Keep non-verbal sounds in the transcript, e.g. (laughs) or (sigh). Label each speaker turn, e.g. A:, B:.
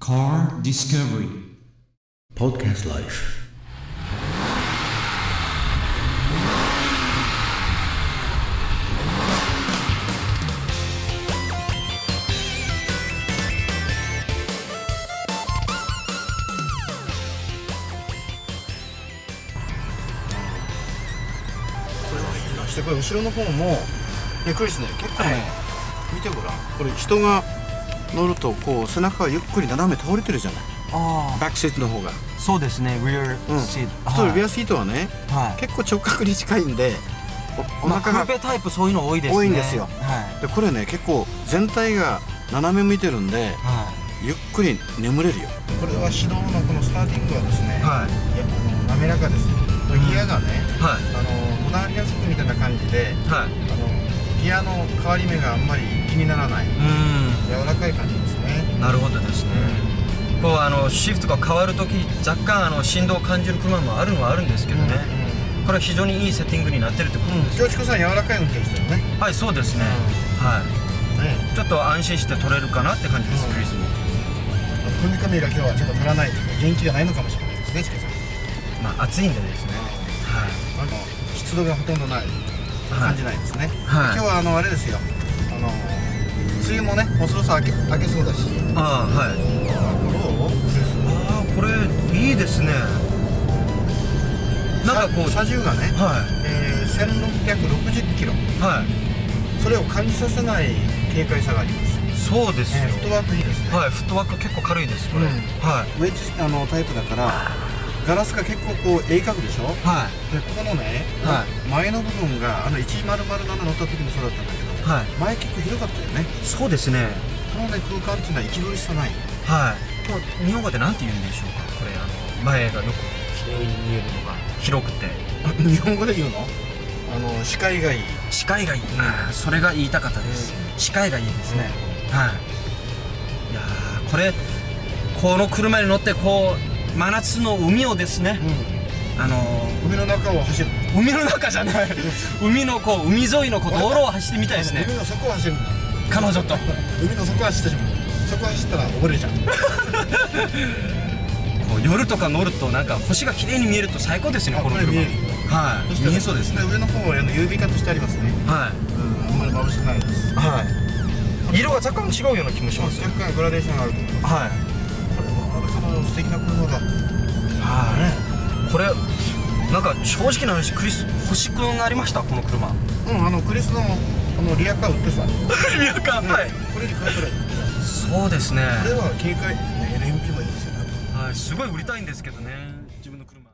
A: Car Discovery
B: Podcast Life
C: そしてこれ後ろの方もゆっくりですね結構ね、見てごらんこれ人が乗るとこう背中がゆっくり斜め倒れてるじゃない
D: あ
C: バックシートの方が、
D: あそうですね rear
C: うん、
D: seat、
C: そう
D: はい
C: リアスイートはね
D: はい
C: 結構直角に近いんでおお
D: まあ
C: 腹が、
D: クーペタイプそういうの多いですね
C: 多いんですよ
D: はい
C: でこれね結構全体が斜め向いてるんで
D: は
C: ゆっくり眠れるよこれは指導のこのスターティングはですね、、
D: はい
C: やあの滑らかですギアがね、
D: はい
C: あのモダンリアスクみたいな感じで
D: はい
C: あのギアの変わり目があんまり気にならないう柔らかい感じですね
D: ーんなるほどですねこうあのシフトが変わるとき若干あの振動を感じる車もあるのはあるんですけどね、これは非常にいいセッティングになってるってことです、
C: 京子さん柔らかい運転してるねね
D: はいそうですね、はいちょっと安心して取れるかなって感じです、
C: うん
D: クリスも
C: 踏み込みが今日はちょっと足らないというか元気がないのかもしれないですね千子さん
D: まあ暑いんでですねはい
C: あの湿度がほとんどない感じないですね、
D: はい
C: 今日はあのあれですよあの梅雨もねもうそろそろ明け明けそうだし
D: ああはいああこれいいですねなんかこう
C: 車重がね、
D: は
C: えー、1660キロ
D: いはい
C: それを感じさせない軽快さがあります、
D: そうですよ、
C: えー、フットワークいいですね、
D: はいフットワーク結構軽いですこれ、
C: うん
D: はい
C: ウェッジあのタイプだからガラスが結構こう鋭角でしょ
D: はい
C: でここのね、
D: は
C: 前の部分があの1007乗った時もそうだったんだけど、
D: はい
C: 前結構広かったよね
D: そうですね
C: このね空間っていうのは息苦しさない
D: はいこれ日本語でなんて言うんでしょうかこれあの前がよく綺麗に見えるのが広くて
C: (laughs) 日本語で言うのあの視界がいい
D: 視界がいい、うんそれが言いたかったです、視界がいいですね、はいいやーこれこの車に乗ってこう真夏の海をですね、あのー
C: 海の中を走る
D: 海の中じゃない海のこう海沿いのこう道 (laughs) 路を走ってみたいですね
C: 海の底を走るんだ
D: 彼女と
C: 海の底を走ってしまうそこ走ったら溺れちゃう
D: こう夜とか乗るとなんか星が綺麗に見えると最高ですね
C: あ
D: この
C: これ
D: 車
C: 見える
D: はい見えそうですね
C: 上の方はあの郵便化としてありますね
D: は
C: うんあんまり眩しくないです
D: いはい色が若干違うような気もします
C: 若干グラデーションがあると思います
D: はい
C: これはの素敵な車だ
D: はいこれなんか正直な話クリス欲しくなりましたこの (laughs) 車い
C: うん、あのクリスのあのリアカー売ってさ、
D: やかはい
C: これに買い取れ。こ
D: そうですね、
C: れは警戒、ね、LMP もいいですよ。
D: はい、すごい売りたいんですけどね自分の車